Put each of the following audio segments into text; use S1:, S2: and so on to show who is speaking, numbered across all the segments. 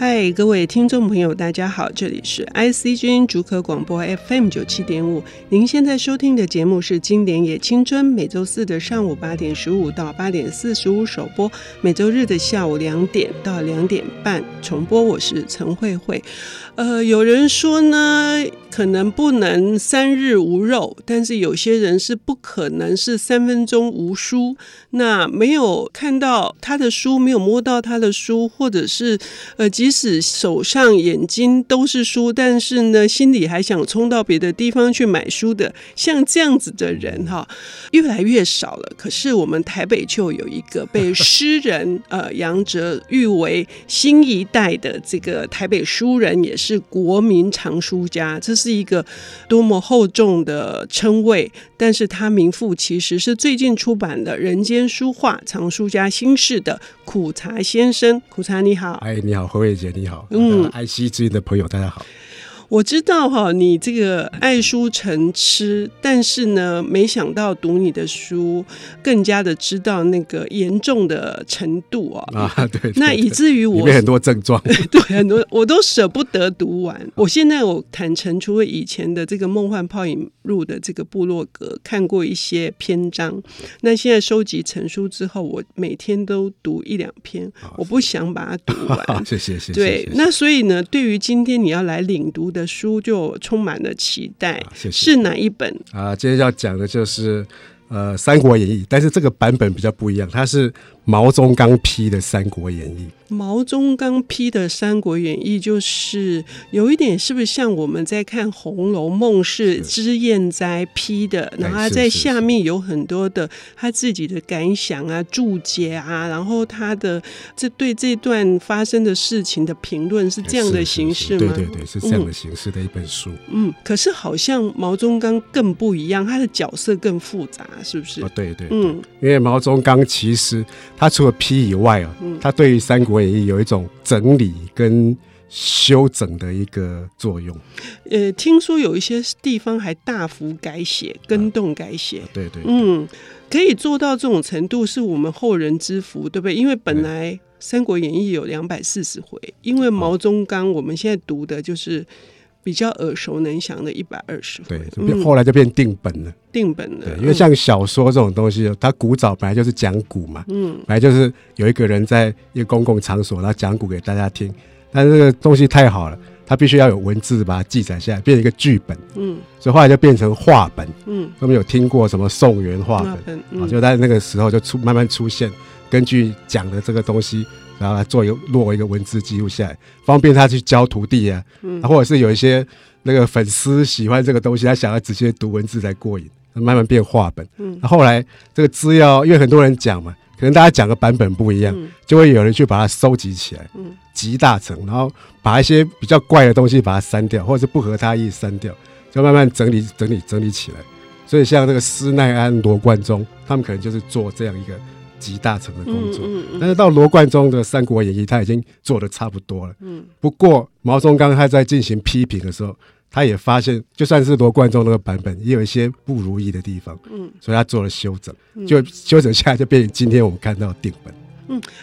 S1: 嗨，各位听众朋友，大家好，这里是 IC 君竹科广播 FM 九七点五。您现在收听的节目是《经典也青春》，每周四的上午八点十五到八点四十五首播，每周日的下午两点到两点半重播。我是陈慧慧。呃，有人说呢，可能不能三日无肉，但是有些人是不可能是三分钟无书。那没有看到他的书，没有摸到他的书，或者是呃，即使手上、眼睛都是书，但是呢，心里还想冲到别的地方去买书的，像这样子的人哈，越来越少了。可是我们台北就有一个被诗人呃杨哲誉为新一代的这个台北书人，也是国民藏书家，这是一个多么厚重的称谓。但是他名副其实，是最近出版的《人间书画藏书家新世》的苦茶先生。苦茶你好，
S2: 哎，你好，何慧姐，你好，
S1: 嗯
S2: 嗯，爱惜之音的朋友，大家好。
S1: 我知道哈，你这个爱书成痴，但是呢，没想到读你的书，更加的知道那个严重的程度哦。
S2: 啊，对对
S1: 那
S2: 对
S1: 以至于
S2: 里
S1: 我
S2: 面很多症 状，。
S1: 对很多我都舍不得读完。我现在我坦诚，除了以前的这个《梦幻泡影录》的这个部落格看过一些篇章，那现在收集成书之后，我每天都读一两篇，我不想把它读完
S2: 谢谢谢谢。
S1: 对
S2: 谢，谢
S1: 那所以呢，对于今天你要来领读的书，就充满了期待。
S2: 啊谢谢
S1: 是哪一本？
S2: 啊，今天要讲的就是呃《三国演义》，但是这个版本比较不一样，它是毛宗刚批的《三国演义
S1: 毛宗刚批的《三国演义》，就是有一点是不是像我们在看《红楼梦》是
S2: 是哎
S1: 脂砚斋批的，然后他
S2: 是
S1: 在
S2: 是
S1: 下
S2: 是
S1: 面有很多的他自己的感想啊、注解啊，然后他的这对这段发生的事情的评论是》，这样的
S2: 是
S1: 形
S2: 是
S1: 式吗？
S2: 对对对，是这样的形式的一本书
S1: 嗯，可是好像毛宗刚更不一样，他的角色更复杂，是不是？
S2: 啊，对对。
S1: 嗯，
S2: 因为毛宗刚其实他除了批以外啊，
S1: 嗯
S2: 他对于《三国演义》有一种整理跟修整的一个作用。
S1: 呃，听说有一些地方还大幅改写、跟动改写，
S2: 对对，
S1: 嗯，可以做到这种程度，是我们后人之福，对不对？因为本来《三国演义》有两百四十回，因为毛宗岗，我们现在读的就是比较耳熟能详的一百二十回
S2: 对，，就变
S1: 嗯，
S2: 后来就变定本了。
S1: 定本的
S2: 对，，因为像小说这种东西，它古早本来就是讲古嘛，
S1: 嗯
S2: 本来就是有一个人在一个公共场所，然后讲古给大家听。但是这个东西太好了，它必须要有文字把它记载下来，变成一个剧本，
S1: 嗯
S2: 所以后来就变成话本。
S1: 嗯，
S2: 我们有听过什么宋元话
S1: 那
S2: 本
S1: 本
S2: 啊，
S1: 嗯
S2: 就在那个时候就出慢慢出现，根据讲的这个东西，然后来做一个落一个文字记录下来，方便他去教徒弟啊，
S1: 嗯
S2: 啊或者是有一些那个粉丝喜欢这个东西，他想要直接读文字来过瘾，慢慢变话本。
S1: 嗯
S2: 那后来这个资料，因为很多人讲嘛，可能大家讲的版本不一样，
S1: 嗯
S2: 就会有人去把它收集起来，
S1: 嗯
S2: 集大成，然后把一些比较怪的东西把它删掉，或者是不合他意删掉，就慢慢整理整理整理起来。所以像这个施耐庵、罗贯中，他们可能就是做这样一个集大成的工
S1: 嗯
S2: 作。
S1: 嗯嗯
S2: 但是到罗贯中的《三国演义》，他已经做的差不多了。
S1: 嗯，
S2: 不过毛宗刚他在进行批评的时候，他也发现，就算是罗贯中那个版本，也有一些不如意的地方。
S1: 嗯，
S2: 所以他做了修整，
S1: 嗯
S2: 就修整下来就变成今天我们看到的定本。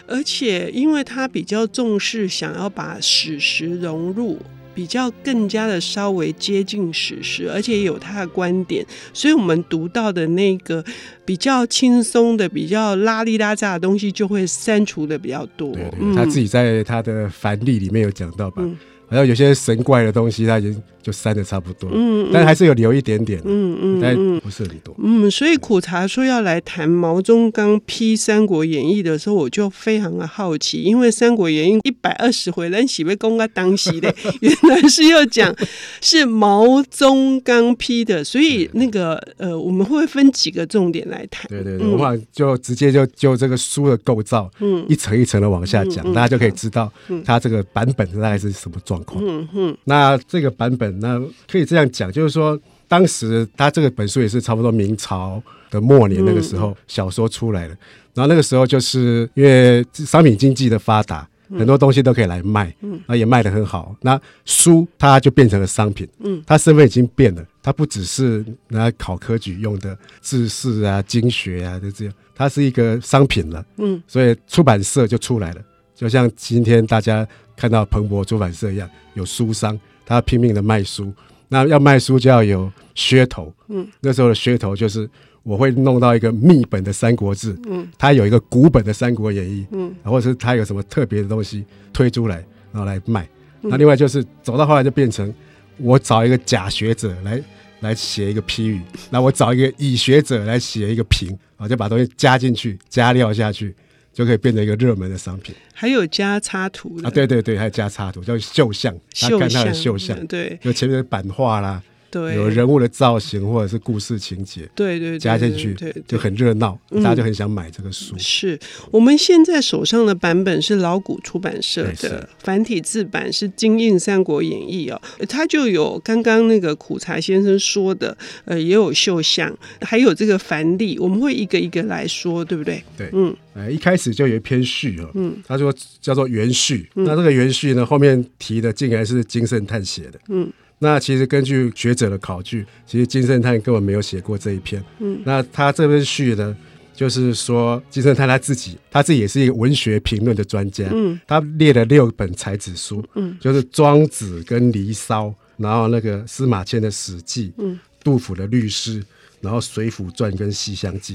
S1: 而且因为他比较重视想要把史实融入。比较更加的稍微接近史实，而且也有他的观点，所以我们读到的那个比较轻松的、比较拉里拉杂的东西，就会删除的比较多。
S2: 对对对，他自己在他的凡例里面有讲到吧
S1: 嗯，
S2: 好像有些神怪的东西他已经就删的差不多了，
S1: 嗯，嗯
S2: 但还是有留一点点，
S1: 嗯嗯
S2: 但
S1: 嗯
S2: 不是很多。
S1: 嗯，所以苦茶说要来谈毛宗刚批《三国演义》的时候，我就非常的好奇，因为《三国演义》一百二十回，咱喜被公个当时的， 原来是要讲是毛宗刚批的，所以那个呃，我们会不会分几个重点来谈。
S2: 对对对，我想就直接就就这个书的构造，
S1: 嗯
S2: 一层一层的往下讲
S1: 嗯嗯，
S2: 大家就可以知道它这个版本大概是什么状况。
S1: 嗯哼，
S2: 那这个版本呢，可以这样讲，就是说，当时他这个本书也是差不多明朝的末年那个时
S1: 嗯
S2: 候小说出来的。然后那个时候就是因为商品经济的发达，
S1: 嗯
S2: 很多东西都可以来卖，啊那也卖得很好。那书它就变成了商品，
S1: 嗯
S2: 它身份已经变了，它不只是拿来考科举用的制式啊、经学啊，就这样，它是一个商品了。
S1: 嗯，
S2: 所以出版社就出来了。就像今天大家看到彭博出版社一样，有书商，他拼命的卖书。那要卖书就要有噱头，嗯，那时候的噱头就是我会弄到一个密本的《三国志》，嗯，它有一个古本的《三国演义》，嗯，或者是它有什么特别的东西推出来，然后来卖。那另外就是走到后来就变成我找一个假学者来来写一个批语，那我找一个乙学者来写一个评，啊，就把东西加进去，加料下去，就可以变成一个热门的商品。
S1: 还有加插图的
S2: 啊，对对对，还有加插图叫绣像，他看他的绣像，
S1: 对
S2: 有前面的版画啦，
S1: 嗯对，
S2: 有人物的造型或者是故事情节，
S1: 对对对
S2: 加进去
S1: 对对
S2: 就很热闹，大家就很想买这个书。
S1: 是我们现在手上的版本是老谷出版社
S2: 对
S1: 的
S2: 是
S1: 繁体字版，是精印《三国演义》哦，它就有刚刚那个苦茶先生说的，呃，也有绣像，还有这个繁历，我们会一个一个来说，对不对？
S2: 对，
S1: 嗯，
S2: 呃，一开始就有一篇序哦，嗯，他说叫做元序，那这个元序呢，后面提的竟然是金圣叹写的，嗯。那其实根据学者的考据，其实金圣叹根本没有写过这一篇。嗯，那他这篇序呢，就是说金圣叹他自己，他自己也是一个文学评论的专家。嗯，他列了六本才子书，嗯，就是《庄子》跟《离骚》，然后那个司马迁的《史记》，嗯，杜甫的《律诗》，然后《水浒传》跟《西厢记》，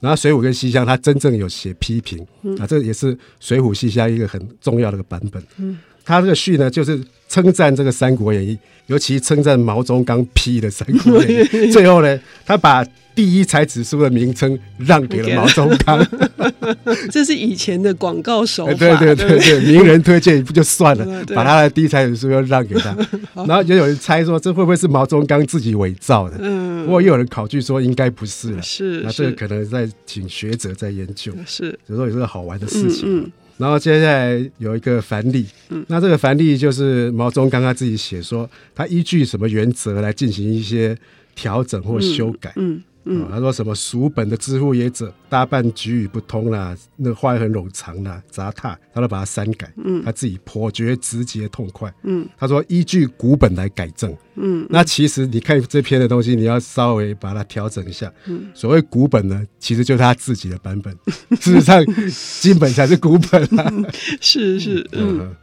S2: 然后《水浒》跟《西厢》，他真正有写批评、啊，这也是《水浒》《西厢》一个很重要的一个版本。嗯，他这个序呢，就是称赞这个《三国演义》，尤其称赞毛宗刚批的《三国演义》， 最后呢，他把第一才子书的名称让给了毛宗刚。
S1: 这是以前的广告手法，
S2: 哎对对
S1: 对
S2: 对
S1: 不
S2: 对，名人推荐不就算
S1: 对
S2: 了，
S1: 对
S2: 把他的第一才子书又让给 他，然后也有人猜说这会不会是毛宗刚自己伪造的？嗯，不过也有人考据说应该不是了，
S1: 是
S2: 那这个
S1: 是
S2: 可能在请学者在研究。
S1: 是
S2: 有时候也是个好玩的事情。然后接下来有一个樊历，那这个樊历就是毛宗刚他自己写说，他依据什么原则来进行一些调整或修改。
S1: 嗯
S2: 嗯，他说什么蜀本的知乎也者，大半举语不通啦，那话也很冗长啦，杂沓，他都把它删改。嗯，他自己颇觉直接痛快。嗯，他说依据古本来改正。嗯，那其实你看这篇的东西，你要稍微把它调整一下。嗯，所谓古本呢，其实就是他自己的版本， 事实上金本才是古本啊。
S1: 是是，嗯。
S2: 嗯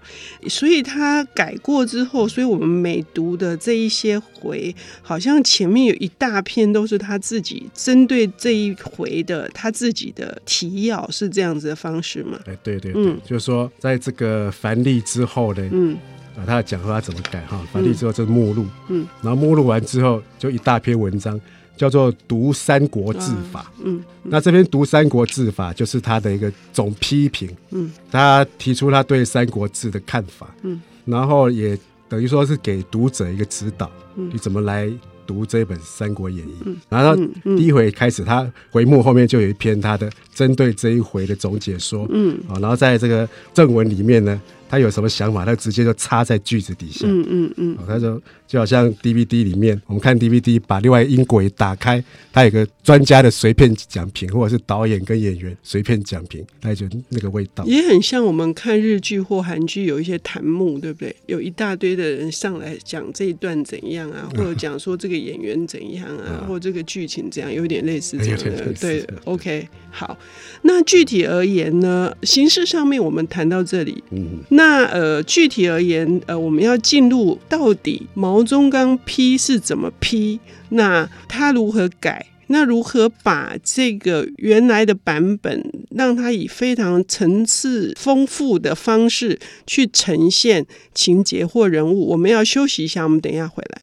S1: 所以他改过之后，所以我们每读的这一些回，好像前面有一大片都是他自己针对这一回的他自己的提要，是这样子的方式吗？
S2: 哎，对对对，就是说，在这个繁历之后呢，嗯，啊，他讲说他怎么改哈，繁历之后这是目录，嗯，然后目录完之后就一大篇文章叫做《读三国志法》，嗯，那这篇《读三国志法》就是他的一个总批评，嗯，他提出他对《三国志》的看法，嗯，然后也等于说是给读者一个指导，
S1: 嗯
S2: 你怎么来。读这本《三国演义》，然后
S1: 嗯
S2: 第一回开始，他回目后面就有一篇他的针对这一回的总解说，嗯，啊，然后在这个正文里面呢，他有什么想法，他直接就插在句子底下，
S1: 嗯嗯嗯，
S2: 哦，他就就好像 DVD 里面，我们看 DVD 把另外音轨打开，它有个专家的随便讲评，或者是导演跟演员随便讲评，那就那个味道。
S1: 也很像我们看日剧或韩剧有一些弹幕，对不对？有一大堆的人上来讲这一段怎样啊，或者讲说这个演员怎样啊，或这个剧情怎样，有点类似这样
S2: 有点
S1: 的
S2: 类。似
S1: 对
S2: 对
S1: ，OK，好。那具体而言呢，形式上面我们谈到这里，
S2: 嗯，
S1: 那呃，具体而言，呃，我们要进入到底毛宗刚批是怎么批，那他如何改？那如何把这个原来的版本，让它以非常层次丰富的方式去呈现情节或人物？我们要休息一下，我们等一下回来。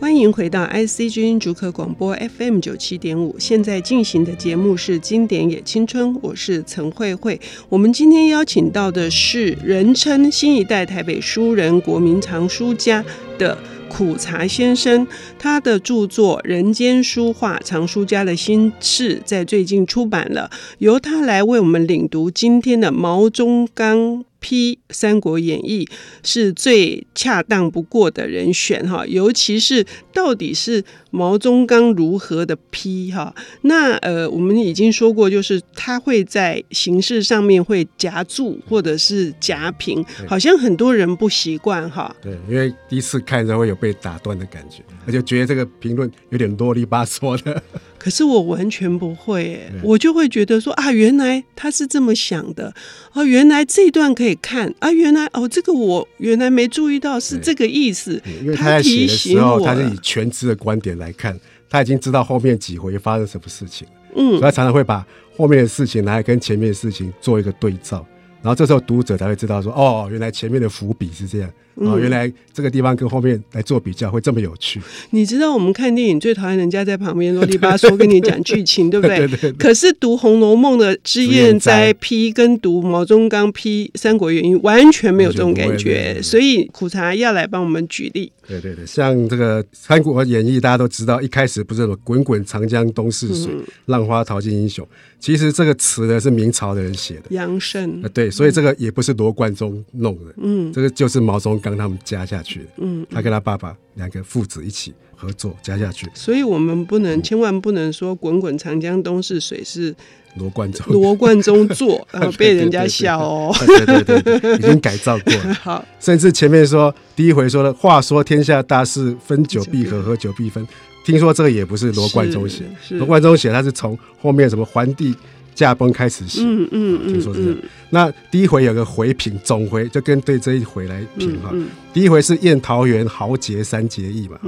S1: 欢迎回到 IC 之音主客广播 FM 九七点五，现在进行的节目是《经典也青春》，我是陈慧慧。我们今天邀请到的是人称新一代台北书人、国民藏书家的苦茶先生，他的著作《人间书画：藏书家的心事》在最近出版了，由他来为我们领读今天的毛中刚批《三国演义》是最恰当不过的人选哈，尤其是到底是毛宗岗如何的批哈。那呃，我们已经说过，就是他会在形式上面会夹住或者是夹平，好像很多人不习惯哈。
S2: 对，因为第一次看，然后有被打断的感觉，
S1: 嗯
S2: 而且觉得这个评论有点啰里吧嗦的。
S1: 可是我完全不会耶，我就会觉得说啊，原来他是这么想的，啊，原来这一段可以看，啊，原来哦，这个我原来没注意到是这个意思
S2: 对， 因为他在
S1: 嗯
S2: 写
S1: 提
S2: 的
S1: 醒
S2: 时候，
S1: 我
S2: 他是
S1: 了
S2: 以全知的观点来看，他已经知道后面几回发生什么事情了，所以
S1: 嗯，
S2: 他常常会把后面的事情拿来跟前面的事情做一个对照，然后这时候读者才会知道说，哦，原来前面的伏笔是这样，
S1: 嗯
S2: 哦，原来这个地方跟后面来做比较会这么有趣，
S1: 你知道我们看电影最讨厌人家在旁边啰里吧嗦跟你讲剧 情，对不对？
S2: 对对对
S1: 可是读《红楼梦》的脂
S2: 脂砚
S1: 砚斋
S2: 斋
S1: 批跟读毛宗岗批《三国演义》完全没有这种感
S2: 完全不会对
S1: 觉，
S2: 对对
S1: 所以苦茶要来帮我们举例，
S2: 对对对，像这个《三国演义》，大家都知道，一开始不是有“滚滚长江东逝水，
S1: 嗯
S2: 浪花淘尽英雄”。其实这个词呢是明朝的人写的，
S1: 杨慎
S2: 呃，对，所以这个也不是罗贯中弄的，嗯，这个就是毛宗岗他们加下去的，嗯，他跟他爸爸两个父子一起合作加下去，
S1: 所以我们不能，千万不能说“滚滚长江东逝水”是
S2: 罗贯中，
S1: 罗贯中 做，然后被人家
S2: 对对对
S1: 笑哦。
S2: 对对对对，已经改造过了。
S1: 好，
S2: 甚至前面说第一回说的“话说天下大事，分久必合，合久必分”，听说这个也不是罗贯中写
S1: 是，是
S2: 罗贯中写他是从后面什么桓帝驾崩开始写，
S1: 嗯嗯
S2: 听
S1: 嗯
S2: 说是这样
S1: 嗯，。
S2: 那第一回有个回评，总回就跟对这一回来评哈
S1: 嗯嗯。嗯
S2: 第一回是宴桃园豪杰三结义嘛，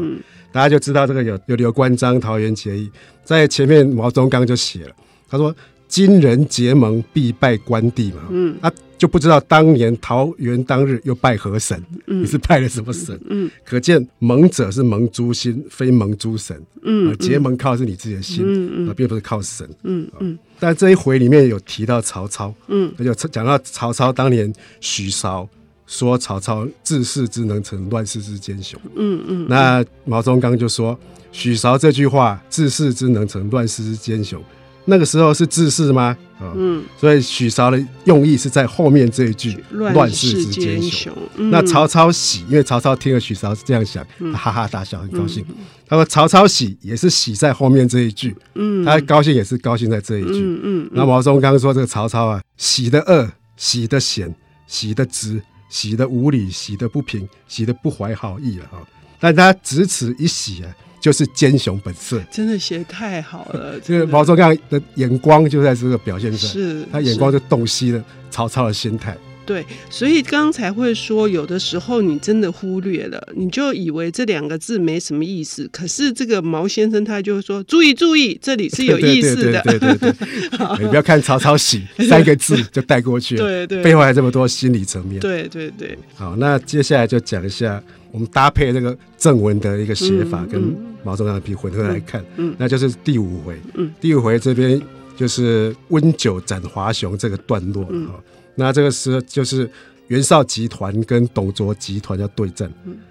S2: 大家就知道这个有有刘关张桃园结义，在前面毛宗岗就写了，他说。今人结盟，必拜关帝嘛。嗯，啊，就不知道当年桃园当日又拜何神，
S1: 嗯
S2: 你是拜了什么神？嗯，可见盟者是盟诸心，非盟诸神。嗯，结盟靠的是你自己的心，嗯并不是靠神。嗯嗯。但这一回里面有提到曹操，嗯，那就讲到曹操当年许韶说曹操治世之能臣，乱世之奸雄。
S1: 嗯嗯，
S2: 那毛宗岗就说许韶这句话“治世之能臣，乱世之奸雄”，那个时候是治世吗？啊、嗯，所以许韶的用意是在后面这一句“乱世
S1: 世
S2: 之奸
S1: 雄。
S2: 雄”。
S1: 嗯
S2: 那曹操喜，因为曹操听了许韶是这样想，他哈哈大笑，很高
S1: 嗯
S2: 兴。他说曹操喜也是喜在后面这一句，嗯，他高兴也是高兴在这一句，
S1: 嗯嗯，
S2: 那毛宗岗说这个曹操啊，喜的恶，喜的险，喜的直，喜的无理，喜的不平，喜的不怀好意了啊。但他只此一喜啊，就是奸雄本色。
S1: 真的写太好了，
S2: 这个
S1: 真的
S2: 毛宗岗的眼光就在这个表现上，
S1: 是
S2: 他眼光就洞悉了曹操的心态。
S1: 对，所以刚才会说，有的时候你真的忽略了，你就以为这两个字没什么意思。可是这个毛先生他就说：“注意注意，这里是有意思的。
S2: 对对对对对对你不要看“曹操喜”三个字就带过去了，
S1: 对对
S2: 背后还有这么多心理层面。
S1: 对对对，
S2: 好，那接下来就讲一下我们搭配这个正文的一个写法跟毛宗岗的批混合来看，那就是第五回。第五回这边就是温酒斩华雄这个段落了哈、那这个时就是袁绍集团跟董卓集团要对战，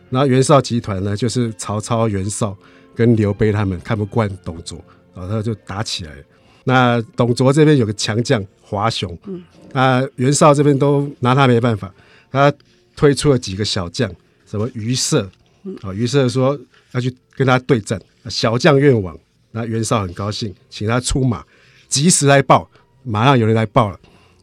S2: 然后袁绍集团呢就是曹操、袁绍跟刘备他们看不惯董卓，然后他就打起来了。那董卓这边有个强将华雄，那袁绍这边都拿他没办法，他推出了几个小将，什么于射，啊，于射说要去跟他对战，啊小将愿往，那袁绍很高兴，请他出马，及时来报，马上有人来报了。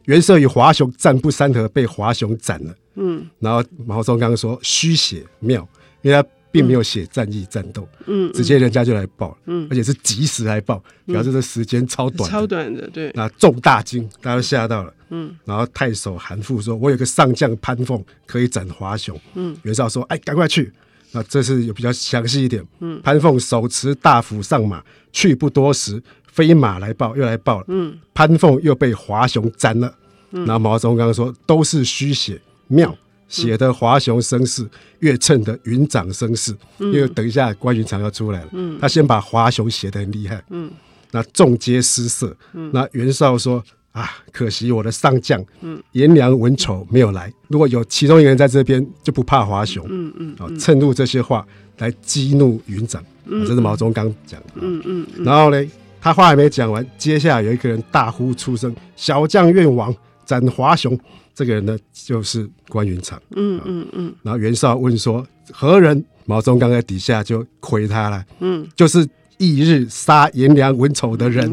S2: 袁绍与华雄战不三合，被华雄斩了。嗯，然后毛宗岗说虚写妙，因为他并没有写战役战斗，嗯，直接人家就来报了，嗯，而嗯且是及时来报，表示这时间超短的，
S1: 超短的，对，
S2: 那众大惊，大家都吓到了。嗯，然后太守韩馥说：“我有个上将潘凤可以斩华雄。”嗯，袁绍说：“哎，赶快去。”那这是有比较详细一点。嗯，潘凤手持大斧上马，去不多时，飞马来报，又来报了。嗯，潘凤又被华雄斩了。然后毛宗岗说：“都是虚写，妙。”写的华雄声势，越称的云长声势，因为等一下关云长要出来了，他先把华雄写得很厉害，那众皆失色。那袁绍说：“啊，可惜我的上将，颜良、文丑没有来。如果有其中一个人在这边，就不怕华雄。”嗯嗯，啊，趁入这些话来激怒云长，啊这是毛宗岗讲的。嗯嗯，然后呢，他话还没讲完，接下来有一个人大呼出声：“小将愿往，斩华雄！”这个人呢就是关云长。啊
S1: 嗯嗯嗯
S2: 然后袁绍问说何人？毛宗刚在底下就回他了，
S1: 嗯，
S2: 就是翌日杀颜良、文丑的人。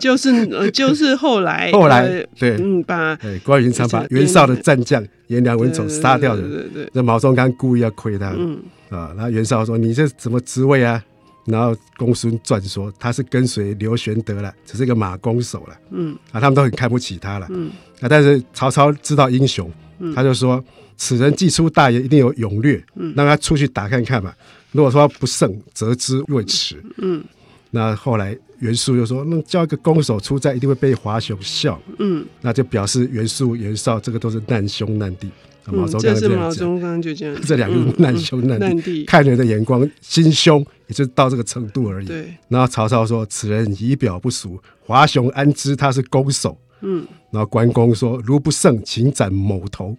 S1: 就是呃就是后来
S2: 后来
S1: 呃
S2: 对
S1: 嗯把
S2: 对，关云长把袁绍的战将颜良、文丑杀掉的人。
S1: 对对对对，
S2: 那毛宗刚故意要亏他
S1: 嗯
S2: 啊，然后袁绍说：“你这什么职位啊？”然后公孙瓒说：“他是跟随刘玄德了，只是一个马弓手了。”
S1: 嗯
S2: 啊，他们都很看不起他了。
S1: 嗯
S2: 啊，但是曹操知道英雄，他就说：“此人既出大也，一定有勇略，
S1: 嗯
S2: 让他出去打看看嘛。如果说他不胜，则之未迟。”
S1: 嗯
S2: 那后来袁术就说：“那叫一个弓手出战，一定会被华雄笑。
S1: 嗯”
S2: 那就表示袁术、袁绍这个都是难兄难弟。啊毛
S1: 嗯，
S2: 宗
S1: 这
S2: 刚
S1: 是
S2: 这样
S1: 毛
S2: 讲，
S1: 宗刚就这样，
S2: 这两个
S1: 嗯
S2: 难兄
S1: 嗯
S2: 难弟，
S1: 难弟，
S2: 看人的眼光心胸也就到这个程度而已。
S1: 对，
S2: 然后曹操说：“此人仪表不俗，华雄安知他是弓手？”
S1: 嗯
S2: 然后关公说：“如不胜，请斩某头。”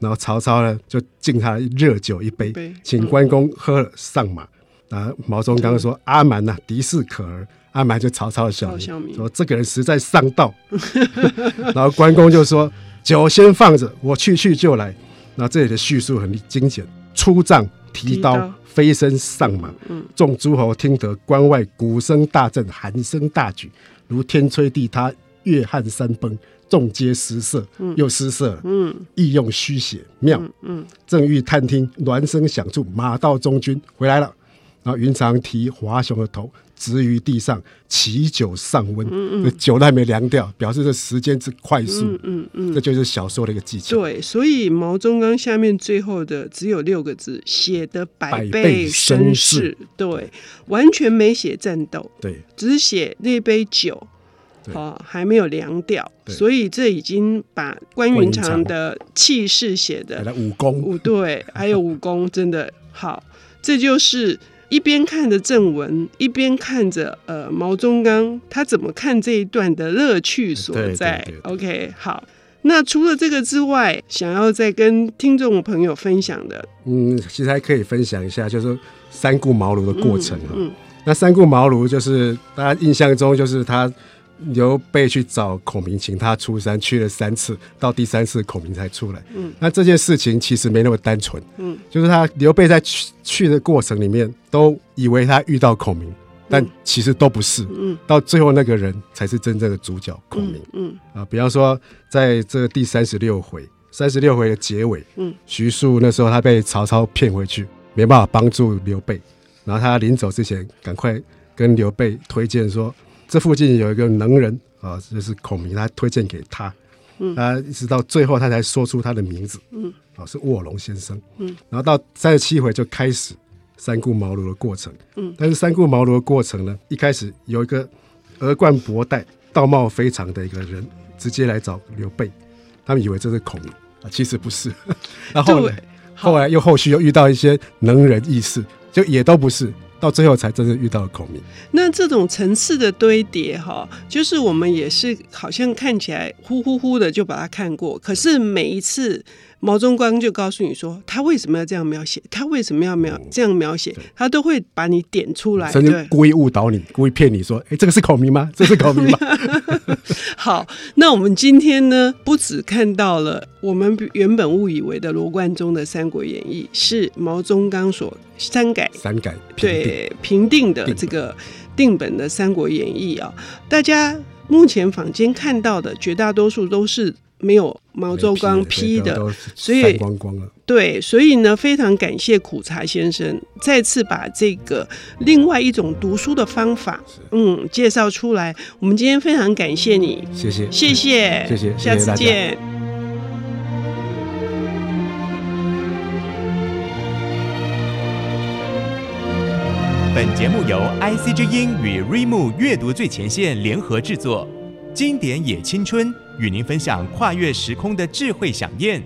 S2: 然后曹操呢就敬他热酒一杯，
S1: 一杯嗯
S2: 请关公喝了上马。啊，毛宗刚说：“阿蛮呐、敌视可儿。”阿蛮就曹操的小
S1: 曹
S2: 名，
S1: 小名
S2: 说这个人实在上道。然后关公就说：“酒先放着，我去去就来。”那这里的叙述很精简，出帐提
S1: 提
S2: 刀，
S1: 刀
S2: 飞身上马。
S1: 嗯
S2: 众诸侯听得关外鼓声大震，喊声大举，如天吹地塌，月撼山崩，众皆失色，又失色了，
S1: 嗯
S2: 亦用虚写妙。
S1: 嗯嗯
S2: 正欲探听，鸾声响处，马到中军回来了。然后云长提华雄的头，直于地上，起酒上温，这酒都还没凉掉，表示这时间之快速，
S1: 嗯嗯嗯，
S2: 这就是小说的一个技巧。
S1: 对，所以毛宗岗下面最后的只有六个字，写的百
S2: 百
S1: 倍
S2: 倍
S1: 绅士
S2: 绅士，
S1: 对，完全没写战斗，
S2: 对
S1: 只写那杯酒。
S2: 对
S1: 哦，还没有凉掉，
S2: 对
S1: 所以这已经把关
S2: 关
S1: 云
S2: 云
S1: 长
S2: 长
S1: 的气势写
S2: 对，
S1: 的
S2: 来武功，
S1: 武对，还有武功真的好，这就是一边看着正文，一边看着呃毛宗岗他怎么看这一段的乐趣所
S2: 对对
S1: 在。
S2: 对对
S1: OK，好。那除了这个之外，想要再跟听众朋友分享的
S2: 嗯，其实还可以分享一下，就是三顾茅庐的过程啊。
S1: 嗯
S2: 那三顾茅庐就是大家印象中，就是他刘备去找孔明，请他出山，去了三次，到第三次孔明才出来。
S1: 嗯，
S2: 那这件事情其实没那么单纯，
S1: 嗯，
S2: 就是他刘备在去去的过程里面，都以为他遇到孔明，但
S1: 嗯
S2: 其实都不是。
S1: 嗯
S2: 到最后那个人才是真正的主角孔明
S1: 嗯嗯
S2: 啊！比方说，在这第三十六回，三十六回的结尾，
S1: 嗯，
S2: 徐庶那时候他被曹操骗回去，没办法帮助刘备，然后他临走之前，赶快跟刘备推荐说，这附近有一个能人啊，就是孔明，他推荐给他，
S1: 嗯
S2: 他一直到最后他才说出他的名字，
S1: 嗯，
S2: 啊，是卧龙先生，
S1: 嗯，
S2: 然后到三十七回就开始三顾茅庐的过程，
S1: 嗯，
S2: 但是三顾茅庐的过程呢，一开始有一个额冠博带、道貌非常的一个人，直接来找刘备，他们以为这是孔明啊，其实不是， 然后后来
S1: 对好
S2: 后来又后续又遇到一些能人异士，就也都不是，到最后才真正遇到了孔明。
S1: 那这种层次的堆叠哈，就是我们也是好像看起来呼呼呼的就把它看过，可是每一次毛宗光就告诉你说他为什么要这样描写，他为什么要描这样描写，他都会把你点出来。
S2: 甚至
S1: 对，
S2: 故意误导你，故意骗你说：“哎，这个是孔明吗？这是孔明吗
S1: 好，那我们今天呢，不只看到了我们原本误以为的罗贯中的《三国演义》是毛宗岗所删改？”
S2: 三改平定，
S1: 对评定的这个定本的《三国演义》啊，大家目前坊间看到的绝大多数都是没有毛周刚批
S2: 批
S1: 的，
S2: 都
S1: 所以
S2: 删光光了。
S1: 对，所以呢，非常感谢苦茶先生再次把这个另外一种读书的方法，嗯，介绍出来。我们今天非常感谢你，
S2: 谢谢，
S1: 谢谢，
S2: 谢谢谢谢
S1: 下次
S2: 大家
S1: 见。
S3: 本节目由 IC 之音与瑞木阅读最前线联合制作，经典也青春与您分享跨越时空的智慧飨宴。